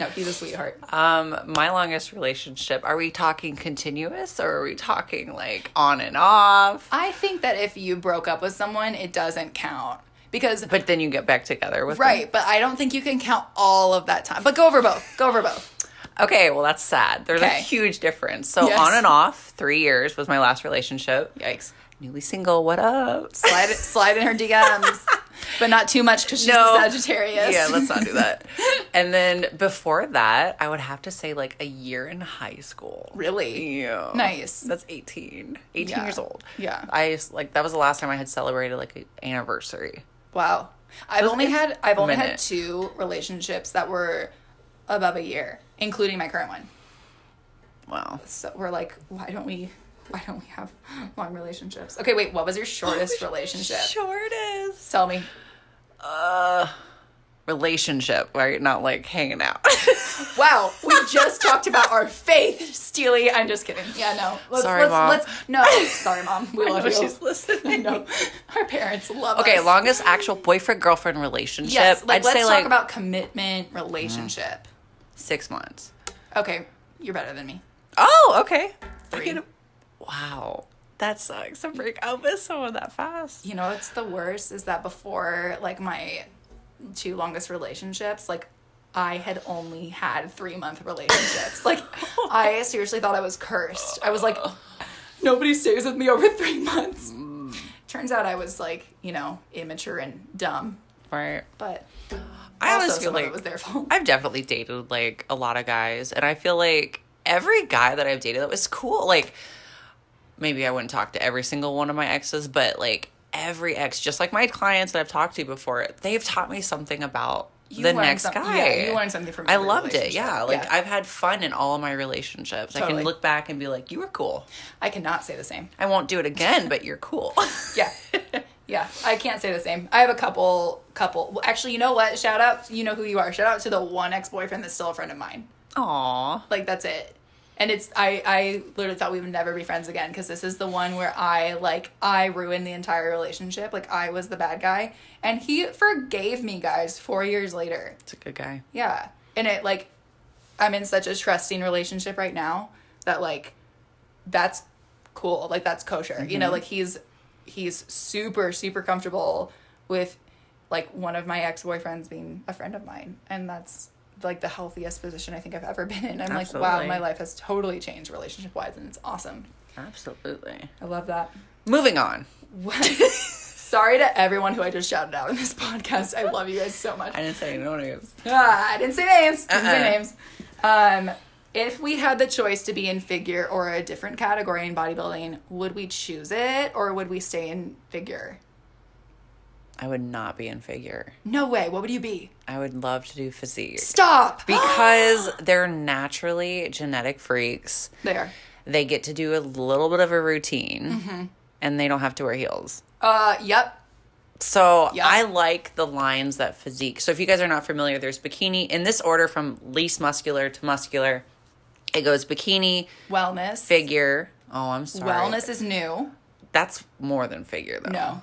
A: no, he's a sweetheart.
B: Um, my longest relationship. Are we talking continuous or are we talking like on and off?
A: I think that if you broke up with someone, it doesn't count. Because
B: But then you get back together with them?
A: Right, but I don't think you can count all of that time. But go over both. Go over both.
B: Okay, well that's sad. There's a
A: Okay.
B: huge difference. So
A: Yes.
B: on and off, three years was my last relationship.
A: Yikes.
B: Newly single, what up?
A: Slide it, slide in her DMs, but not too much because she's
B: No.
A: a Sagittarius.
B: Yeah, let's not do that. and then before that, I would have to say like a year in high school.
A: really.
B: Yeah.
A: Nice.
B: That's 18. 18
A: Yeah.
B: years old.
A: Yeah.
B: I just, like that was the last time I had celebrated like an anniversary.
A: Wow. I've only had I've only had
B: minute.
A: two relationships that were above a year, including my current one.
B: Wow.
A: So we're like, why don't we why don't we have long relationships? Okay, wait, what was your shortest relationship?
B: Shortest.
A: Tell me.
B: Relationship, right? Not like hanging out.
A: Wow, we just talked about our faith, Steely. I'm just kidding. Yeah, no. Let's,
B: Sorry,
A: let's,
B: Mom.
A: Let's, no, sorry, mom. We love
B: know
A: you.
B: she's listening.
A: No, our parents love us.
B: okay, longest actual boyfriend girlfriend relationship.
A: Yes, like
B: I'd
A: let's
B: say
A: talk
B: like
A: about commitment, relationship.
B: six months.
A: Okay, you're better than me.
B: Oh, okay.
A: Three.
B: Three. Wow. That sucks to break up with someone that fast.
A: You know what's the worst is that before like my two longest relationships, like I had only had three month relationships. like I seriously thought I was cursed. I was like, nobody stays with me over three months. Turns out I was like, you know, immature and dumb.
B: Right.
A: But
B: I
A: also
B: always feel
A: some of
B: like
A: it was their fault.
B: I've definitely dated like a lot of guys, and I feel like every guy that I've dated that was cool. Like, maybe I wouldn't talk to every single one of my exes, but like every ex, just like my clients that I've talked to before, they've taught me something about
A: You
B: the
A: learn
B: next
A: some-
B: guy.
A: yeah, you learn something from
B: I
A: every
B: loved it.
A: relationship.
B: Yeah, like
A: Yeah.
B: I've had fun in all of my relationships. I
A: Totally.
B: can look back and be like, you were cool.
A: I cannot say the same.
B: I won't do it again, but you're cool.
A: Yeah. Yeah, I can't say the same. I have a couple, couple. Well, actually, you know what? Shout out, you know who you are. Shout out to the one ex boyfriend that's still a friend of mine.
B: Aw.
A: Like that's it. And it's I I literally thought we would never be friends again because this is the one where I like I ruined the entire relationship. Like I was the bad guy, and he forgave me, guys. Four years later,
B: It's a good guy.
A: yeah. And it like I'm in such a trusting relationship right now that like that's cool. Like that's kosher. You know, like he's he's super super comfortable with like one of my ex-boyfriends being a friend of mine and that's like the healthiest position I think I've ever been in. I'm like, wow,
B: Absolutely.
A: my life has totally changed relationship wise and it's awesome.
B: Absolutely.
A: I love that.
B: Moving on.
A: Sorry to everyone who I just shouted out in this podcast. I love you guys so much.
B: I didn't say no names.
A: Ah, I didn't say names. Didn't
B: Uh-uh.
A: say names. Um, if we had the choice to be in figure or a different category in bodybuilding, would we choose it or would we stay in figure?
B: I would not be in figure.
A: No way. What would you be?
B: I would love to do physique
A: Stop.
B: because they're naturally genetic freaks.
A: there.
B: They get to do a little bit of a routine and they don't have to wear heels.
A: Uh, yep.
B: So
A: Yeah.
B: I like the lines that physique. So if you guys are not familiar, there's bikini in this order from least muscular to muscular. It goes bikini,
A: Wellness.
B: figure. Oh, I'm sorry.
A: Wellness is new.
B: That's more than figure though.
A: No.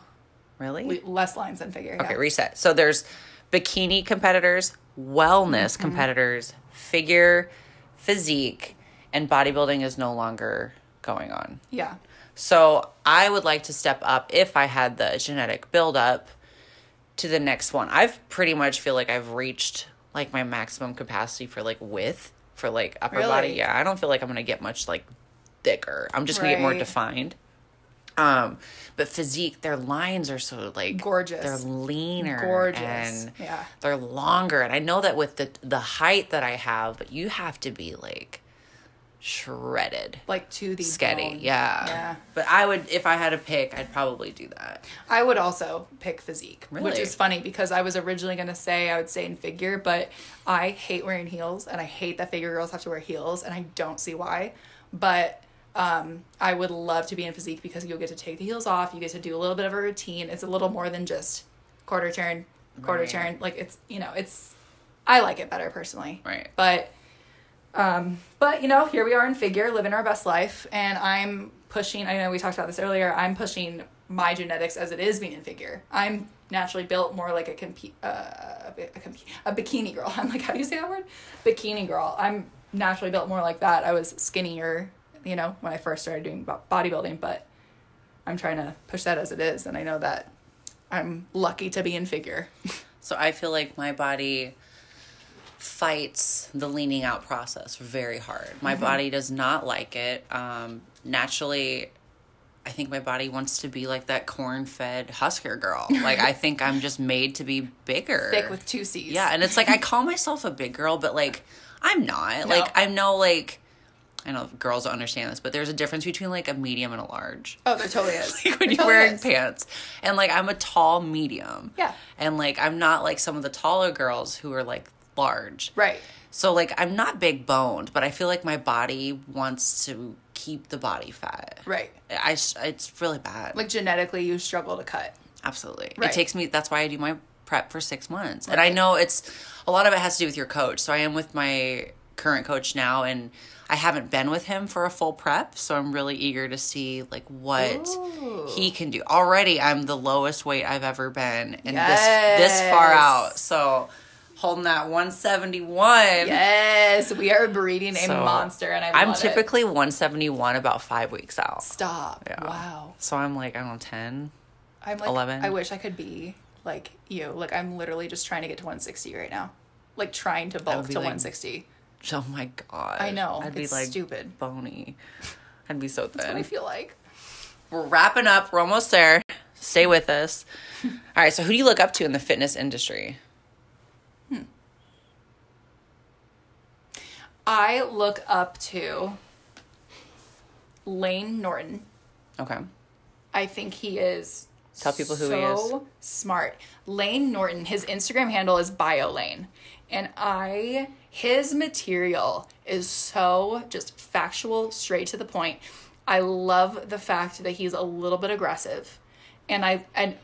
B: Really?
A: We- Less lines than figure. yeah.
B: Okay, reset. So there's bikini competitors, wellness
A: Mm-hmm.
B: competitors, figure, physique, and bodybuilding is no longer going on.
A: Yeah.
B: So I would like to step up if I had the genetic buildup to the next one. I've pretty much feel like I've reached like my maximum capacity for like width for like upper body.
A: Really?
B: Yeah, I don't feel like I'm gonna get much like thicker. I'm just gonna get more
A: Right.
B: defined. Um, but physique, their lines are so like
A: Gorgeous.
B: They're leaner,
A: Gorgeous.
B: and
A: Yeah.
B: they're longer. And I know that with the the height that I have, but you have to be like shredded
A: Like to the
B: sketty.
A: bone.
B: Yeah.
A: Oh, Yeah.
B: But I would, if I had a pick, I'd probably do that.
A: I would also pick physique, which
B: Really?
A: is funny because I was originally going to say I would stay in figure, but I hate wearing heels and I hate that figure girls have to wear heels and I don't see why. But um, I would love to be in physique because you'll get to take the heels off, you get to do a little bit of a routine. It's a little more than just quarter turn, quarter
B: Right.
A: turn. Like it's, you know, it's, I like it better personally.
B: Right.
A: But, um, but you know, here we are in figure, living our best life, and I'm pushing. I know we talked about this earlier. I'm pushing my genetics as it is being in figure. I'm naturally built more like a compete, uh, a, bi- a, compe- a bikini girl. I'm like, how do you say that word? Bikini girl. I'm naturally built more like that. I was skinnier, you know, when I first started doing bo- bodybuilding, but I'm trying to push that as it is, and I know that I'm lucky to be in figure.
B: So I feel like my body fights the leaning out process very hard. My body does not like it. Um, naturally, I think my body wants to be like that corn fed Husker girl. Like, I think I'm just made to be bigger.
A: Thick with two C's.
B: Yeah, and it's like I call myself a big girl, but like I'm not.
A: No.
B: Like I'm no like I know girls don't understand this, but there's a difference between like a medium and a large.
A: Oh, there totally is.
B: Like when
A: There
B: you're
A: totally
B: wearing
A: is.
B: pants. And like I'm a tall medium.
A: Yeah.
B: And like I'm not like some of the taller girls who are like large.
A: Right.
B: So like I'm not big boned, but I feel like my body wants to keep the body fat.
A: Right.
B: I s- it's really bad.
A: Like genetically, you struggle to cut.
B: Absolutely.
A: Right.
B: It takes me, that's why I do my prep for six months. And I know it's a lot of it has to do with your coach. So I am with my current coach now and I haven't been with him for a full prep. So I'm really eager to see like what he can do. Already I'm the lowest weight I've ever been and this this far
A: Yes.
B: out. So holding that 171.
A: Yes, we are breeding a
B: So
A: monster, and I love
B: I'm
A: it.
B: typically 171 about five weeks out.
A: stop.
B: Yeah.
A: Wow.
B: So I'm like, I don't know, 10.
A: I'm like
B: 11.
A: I wish I could be like you. Like I'm literally just trying to get to 160 right now. Like trying to bulk
B: would be
A: to
B: like-
A: 160.
B: Oh my god.
A: I know.
B: I'd
A: it's
B: be like
A: stupid.
B: bony. I'd be so
A: What I
B: thin.
A: feel like.
B: We're wrapping up. We're almost there. Stay with us. All right. So, who do you look up to in the fitness industry?
A: I look up to Lane Norton.
B: Okay.
A: I think he is
B: Tell people who he
A: so Smart. Lane Norton, his Instagram handle is BioLane. And I his material is so just factual, straight to the point. I love the fact that he's a little bit aggressive. And I and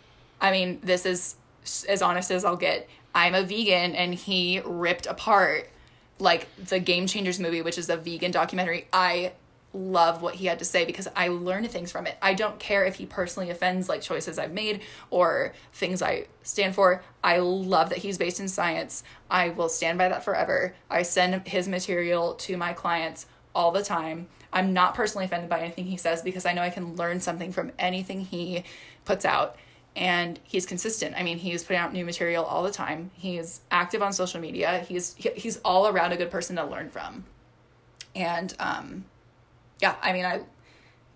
A: I mean, this is s- as honest as I'll get. I'm a vegan and he ripped apart like the Game Changers movie, which is a vegan documentary. I love what he had to say because I learned things from it. I don't care if he personally offends like choices I've made or things I stand for. I love that he's based in science. I will stand by that forever. I send his material to my clients all the time. I'm not personally offended by anything he says because I know I can learn something from anything he puts out. And he's consistent. I mean, he's putting out new material all the time. He's active on social media. He's he- he's all around a good person to learn from. And um yeah, I mean, I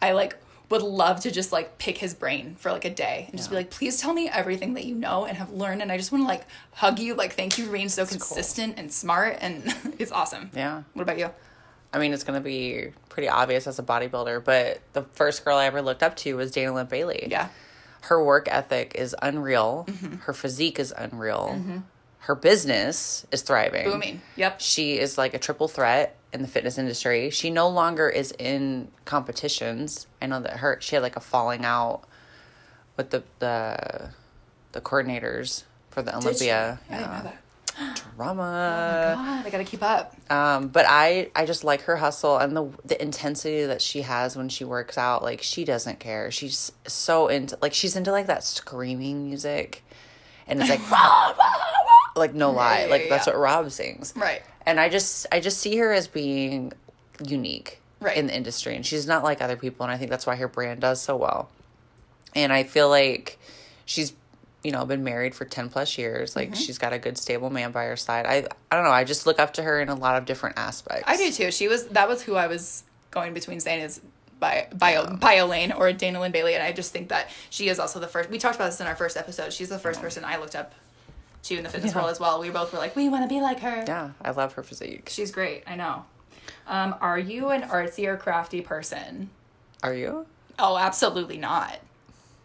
A: I like would love to just like pick his brain for like a day and just be like, please tell me everything that you know and have learned. And I just want to like hug you. Like, thank you for being so consistent and smart. And it's awesome.
B: Yeah.
A: What about you?
B: I mean, it's going to be pretty obvious as a bodybuilder, but the first girl I ever looked up to was Dana Lynn Bailey.
A: Yeah. Mm-hmm.
B: Her work ethic is unreal. Her physique is unreal. Her business is thriving.
A: Booming. Yep.
B: She is like a triple threat in the fitness industry. She no longer is in competitions. I know that her she had like a falling out with the the, the coordinators for the
A: Did she?
B: Olympia
A: I didn't know that.
B: drama.
A: God, I gotta keep up.
B: Um, but I I just like her hustle and the the intensity that she has when she works out. Like she doesn't care. She's so into like she's into like that screaming music, and it's like rah, rah,
A: Ah,
B: rah," like no lie,
A: yeah,
B: like
A: yeah,
B: that's
A: yeah.
B: what Rob sings.
A: Right.
B: And I just I just see her as being unique
A: Right.
B: in the industry, and she's not like other people, and I think that's why her brand does so well. And I feel like she's you know been married for 10 plus years like
A: Mm-hmm.
B: she's got a good stable man by her side i i don't know i just look up to her in a lot of different aspects
A: I do too. She was that was who I was going between saying is by bio bio lane or Dana Lynn Bailey, and I just think that she is also the first. We talked about this in our first episode. She's the first person I looked up to in the fitness world as well. We both were like, we want to be like her.
B: yeah i love her physique
A: She's great. I know. Um, are you an artsy or crafty person?
B: are you
A: Oh, absolutely not.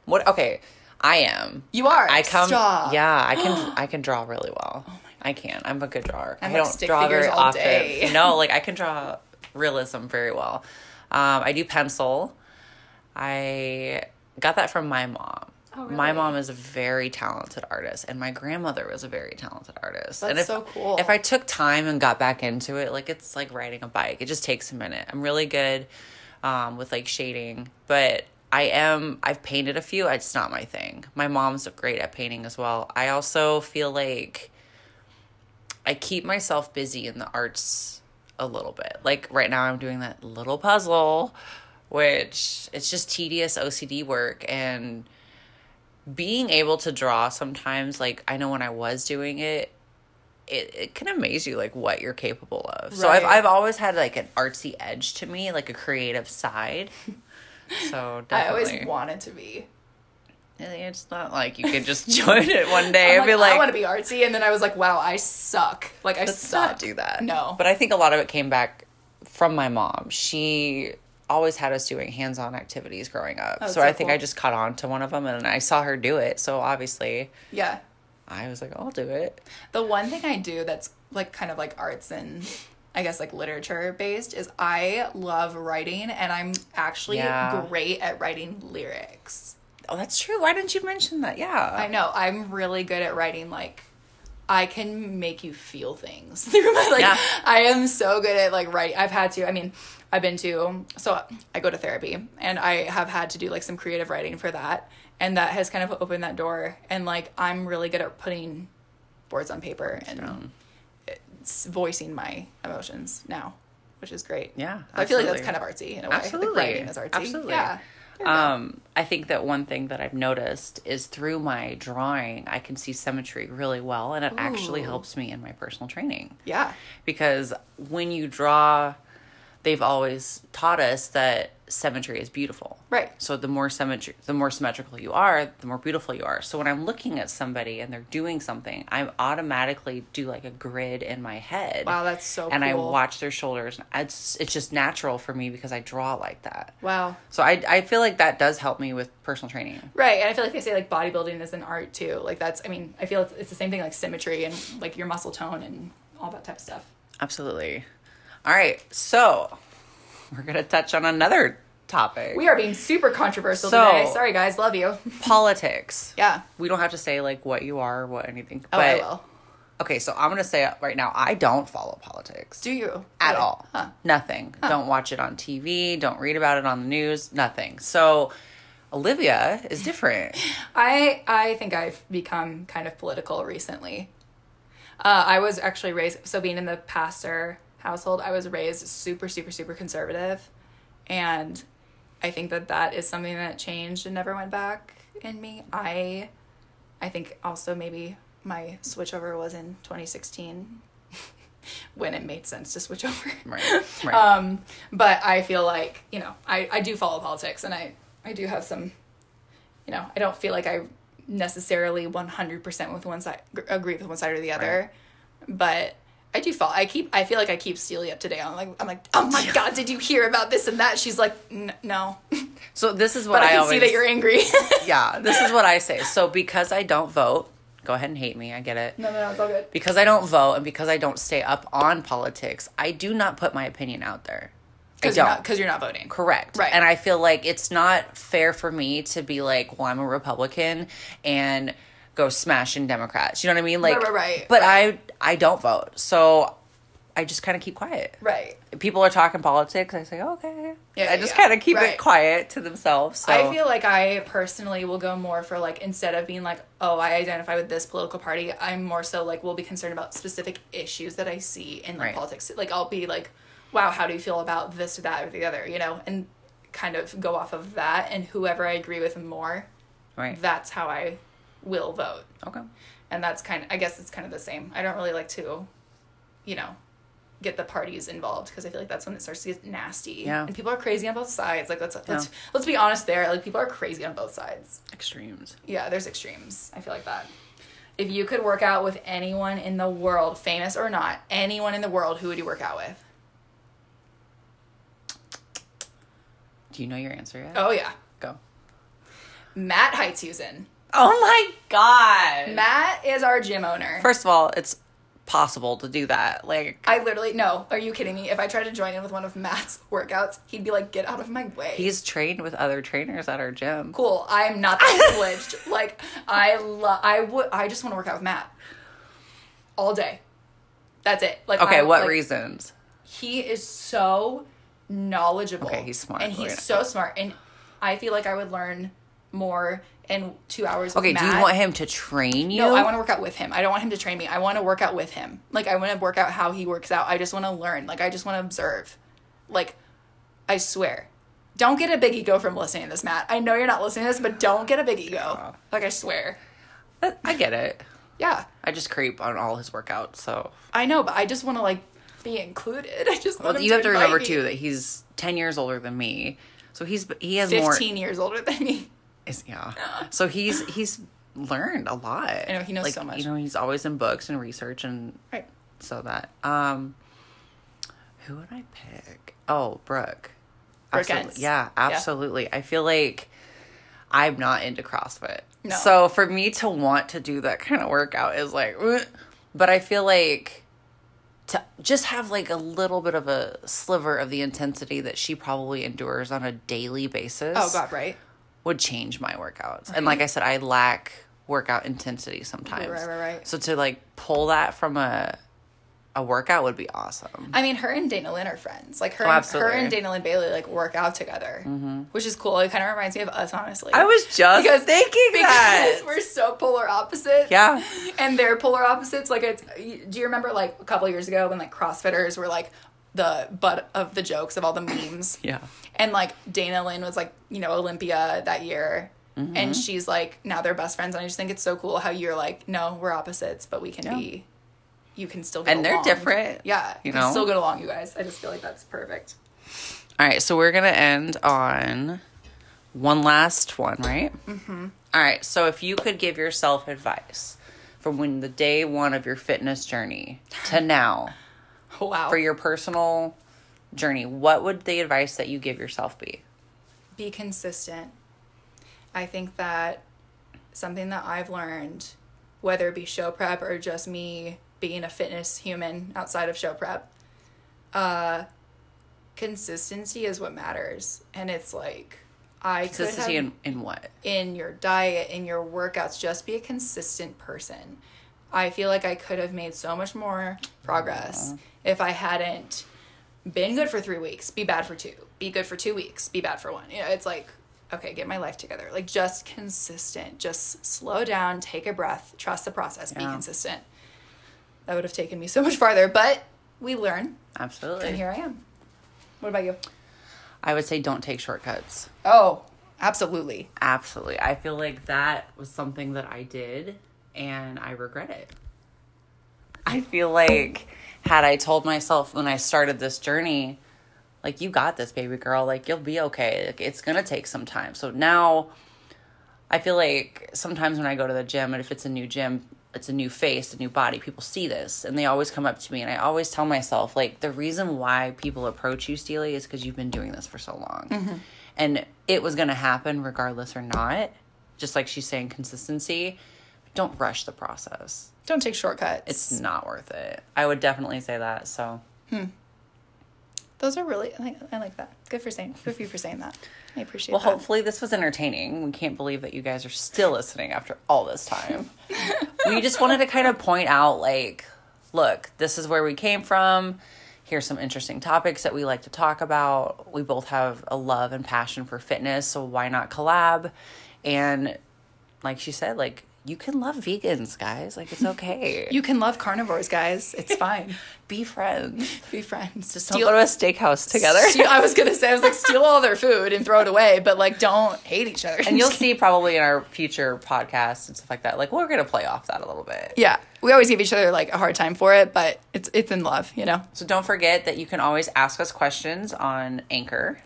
B: what okay i am
A: You are.
B: i come
A: Stop. Oh
B: yeah i can i can draw really well i can i'm a good drawer i
A: like
B: don't
A: stick
B: draw
A: figures
B: very
A: all
B: often
A: day.
B: no like i can draw realism very well um i do pencil i got that from my mom
A: Oh,
B: My
A: really?
B: mom is a very talented artist, and my grandmother was a very talented artist. and
A: That's
B: if,
A: so cool.
B: If I took time and got back into it, like it's like riding a bike. It just takes a minute. I'm really good um, with like shading, but I am. I've painted a few. It's not my thing. My mom's great at painting as well. I also feel like I keep myself busy in the arts a little bit. Like right now, I'm doing that little puzzle, which it's just tedious OCD work and being able to draw sometimes like i know when i was doing it it, it can amaze you like what you're capable of. So I've
A: Right.
B: I've always had like an artsy edge to me, like a creative side. So
A: I
B: definitely,
A: always wanted to be.
B: it's not like you could just join it one day
A: I'm
B: and be
A: I
B: like,
A: want to be artsy, and then I was like, wow, I suck. Like I
B: let's
A: suck.
B: not do that.
A: No,
B: But I think a lot of it came back from my mom. She always had us doing hands on activities growing up. Oh, so,
A: that's
B: I
A: so
B: think
A: cool.
B: I just caught on to one of them and I saw her do it. So obviously
A: yeah.
B: I was like, I'll do it.
A: The one thing I do that's like kind of like arts and I guess like literature based is I love writing and I'm actually
B: Yeah.
A: great at writing lyrics.
B: Oh, that's true. Why didn't you mention
A: I
B: that? Yeah.
A: know I'm really good at writing like I can make you feel things through my like
B: Yeah.
A: I am so good at like writing. I've had to I mean I've been to so I go to therapy and I have had to do like some creative writing for that and that has kind of opened that door and like I'm really good at putting words on paper and it's voicing my emotions now, which is great.
B: Yeah,
A: I feel like that's
B: absolutely.
A: kind of artsy in a way.
B: Absolutely.
A: Like writing is artsy.
B: Absolutely.
A: Yeah. There you go.
B: Um, I think that one thing that I've noticed is through my drawing, I can see symmetry really well, and it actually
A: Ooh.
B: helps me in my personal training.
A: yeah.
B: because when you draw they've always taught us that symmetry is beautiful
A: Right.
B: so the more symmetry the more symmetrical you are the more beautiful you are so when i'm looking at somebody and they're doing something i automatically do like a grid in my head
A: Wow, that's so
B: and i
A: cool.
B: watch their shoulders it's, it's just natural for me because i draw like that
A: Wow.
B: so I, I feel like that does help me with personal training
A: Right. And I feel like they say like bodybuilding is an art too. Like that's I mean, I feel it's, it's the same thing like symmetry and like your muscle tone and all that type of stuff.
B: absolutely all right so we're gonna touch on another topic
A: We are being super controversial
B: So-
A: today. Sorry guys, love you.
B: politics
A: Yeah.
B: we don't have to say like what you are or what anything.
A: Oh,
B: but,
A: I will.
B: Okay, so I'm gonna say it right now. I don't follow politics
A: Do you
B: at
A: Yeah.
B: all.
A: Huh.
B: Nothing. Don't watch it on TV. Don't read about it on the news. Nothing. So Olivia is different.
A: I I think I've become kind of political recently. Uh, I was actually raised so being in the pastor household, I was raised super super super conservative, and I think that that is something that changed and never went back in me. I I think also maybe my switchover was in 2016 when it made sense to switch over.
B: right. Right.
A: Um, but I feel like, you know, I, I do follow politics and I, I do have some, you know, I don't feel like I necessarily 100% with one side, gr- agree with one side or the other, but I do follow, I keep, I feel like I keep Steely up to date. I'm like, I'm like, oh my God, did you hear about this and that? She's like, N- no,
B: so this is what
A: but I,
B: I,
A: can
B: always
A: see that you're angry.
B: yeah. This is what I say. So because I don't vote, go ahead and hate me. I get it.
A: no, no, no, it's all good.
B: Because I don't vote and because I don't stay up on politics, I do not put my opinion out there. I
A: Cause
B: don't.
A: you're not, cause you're not voting.
B: Correct.
A: Right.
B: And I feel like it's not fair for me to be like, well, I'm a Republican and go smashing Democrats. You know what I mean? Like,
A: right, right,
B: but I I don't vote, so I just kind of keep quiet.
A: Right.
B: People are talking politics. I say, okay.
A: Yeah,
B: I just
A: yeah,
B: kind of keep
A: right.
B: it quiet to themselves. So
A: I feel like I personally will go more for like instead of being like, oh, I identify with this political party, I'm more so like will be concerned about specific issues that I see in like
B: Right.
A: politics. Like I'll be like, wow, how do you feel about this or that or the other, you know, and kind of go off of that and whoever I agree with more,
B: right.
A: that's how I will vote.
B: Okay.
A: And that's kind of I guess it's kind of the same. I don't really like to, you know, get the parties involved because I feel like that's when it starts to get nasty.
B: Yeah.
A: And people are crazy on both sides. Like let's let's let's be honest there. Like people are crazy on both sides.
B: Extremes.
A: Yeah, there's extremes. I feel like that. If you could work out with anyone in the world, famous or not, anyone in the world, who would you work out with?
B: Do you know your answer yet?
A: Oh yeah.
B: Go.
A: Matt Heitzhusen.
B: Oh my god.
A: Matt is our gym owner.
B: First of all, it's possible to do that. Like
A: I literally no, are you kidding me? If I tried to join in with one of Matt's workouts, he'd be like, get out of my way.
B: he's trained with other trainers at our gym.
A: cool. I'm not that privileged. Like I love. I would. I just want to work out with Matt all day. That's it. Like
B: Okay,
A: I-
B: what
A: like,
B: reasons?
A: He is so knowledgeable.
B: Okay, he's smart.
A: and
B: We're
A: he's so
B: gonna-
A: smart. And I feel like I would learn more in two hours.
B: Okay,
A: with
B: do you
A: Matt.
B: want him to train you?
A: No, I want to work out with him. I don't want him to train me. I want to work out with him. Like I want to work out how he works out. I just want to learn. Like I just want to observe. Like I swear. Don't get a big ego from listening to this, Matt. I know you're not listening to this, but don't get a big ego. Like I swear.
B: But I get it.
A: Yeah.
B: I just creep on all his workouts. So
A: I know, but I just want to like be included. I just want
B: well,
A: him
B: you have to
A: invite
B: remember
A: me.
B: too that he's ten years older than me. So he's he has more.
A: 15 years older than me.
B: is yeah. So he's he's learned a lot. I
A: know, he knows so much.
B: You know, he's always in books and research and
A: Right.
B: so that um who would I pick? Oh, Brooke.
A: Brooke
B: Absolutely.
A: Entz.
B: Yeah, absolutely. I feel like I'm not into CrossFit.
A: No.
B: So for me to want to do that kind of workout is like "Ugh." but I feel like to just have like a little bit of a sliver of the intensity that she probably endures on a daily basis
A: Oh god, right.
B: would change my workouts. And like I said, I lack workout intensity sometimes.
A: Right, right, right.
B: So to like pull that from a a workout would be awesome.
A: I mean, her and Dana Lynn are friends. Like her,
B: Oh,
A: and, her
B: absolutely. Mm-hmm.
A: and Dana Lynn Bailey like work out together, which is cool. It kind of reminds me of us, honestly.
B: I was just thinking
A: because
B: that.
A: we're so polar opposite.
B: Yeah.
A: and they're polar opposites. Like it's. Do you remember like a couple years ago when like CrossFitters were like the butt of the jokes of all the memes?
B: Yeah.
A: And like Dana Lynn was like, you know, Olympia that year.
B: Mm-hmm.
A: And she's like, now they're best friends. And I just think it's so cool how you're like, no, we're opposites, but we can be, you can still get
B: And they're
A: along."
B: different,
A: Yeah. You
B: you
A: can
B: know?
A: still get along, you guys. I just feel like that's perfect.
B: All right, so we're going to end on one last one, right? Mhm. All right, so if you could give yourself advice from when the day one of your fitness journey to now
A: Wow.
B: for your personal journey, what would the advice that you give yourself be?
A: be consistent. I think that something that I've learned, whether it be show prep or just me being a fitness human outside of show prep, uh, consistency is what matters. And it's like, I
B: Consistency
A: could have,
B: in, in what?
A: in your diet, in your workouts, just be a consistent person. I feel like I could have made so much more progress if I hadn't been good for three weeks, be bad for two, be good for two weeks, be bad for one. You know, it's like, okay, get my life together. Like, just consistent. Just slow down, take a breath, trust the process, be
B: Yeah.
A: consistent. That would have taken me so much farther, but we learn, and
B: Absolutely.
A: here I am. What about you?
B: I would say don't take shortcuts.
A: Oh, absolutely.
B: Absolutely. I feel like that was something that I did and I regret it. I feel like had I told myself when I started this journey, like you got this baby girl, like you'll be okay. Like it's going to take some time. So now I feel like sometimes when I go to the gym and if it's a new gym, it's a new face, a new body, people see this and they always come up to me and I always tell myself like the reason why people approach you Steely is cuz you've been doing this for so long. And it was going to happen regardless or not. Just like she's saying consistency, don't rush the process
A: Don't take shortcuts.
B: it's not worth it. I would definitely say that. So
A: Those are really I like, I like that. Good for saying. Good for you for saying that. I appreciate
B: well,
A: that.
B: hopefully this was entertaining. We can't believe that you guys are still listening after all this time. we just wanted to kind of point out, like, look, this is where we came from. Here's some interesting topics that we like to talk about. We both have a love and passion for fitness, so why not collab? And like she said, like you can love vegans, guys. Like it's okay.
A: You can love carnivores, guys. It's fine.
B: be friends.
A: Be friends. Just
B: Don't go to a steakhouse together.
A: Steal, I was gonna say I was like steal all their food and throw it away, but like don't hate each other.
B: and you'll see probably in our future podcasts and stuff like that. Like we're gonna play off that a little bit.
A: yeah, we always give each other like a hard time for it, but it's it's in love, you know.
B: So don't forget that you can always ask us questions on Anchor.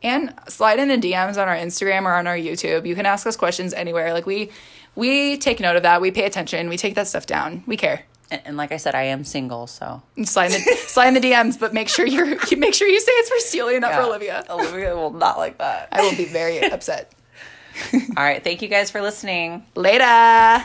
A: And slide in the DMs on our Instagram or on our YouTube. You can ask us questions anywhere. Like we we take note of that. We pay attention. We take that stuff down. We care.
B: And, and like I said, I am single, so
A: And slide in the, slide in the DMs, but make sure you're, you make sure you say it's for Steely and not
B: Yeah.
A: for Olivia.
B: Olivia will not like that.
A: I will be very upset.
B: All right, thank you guys for listening.
A: Later.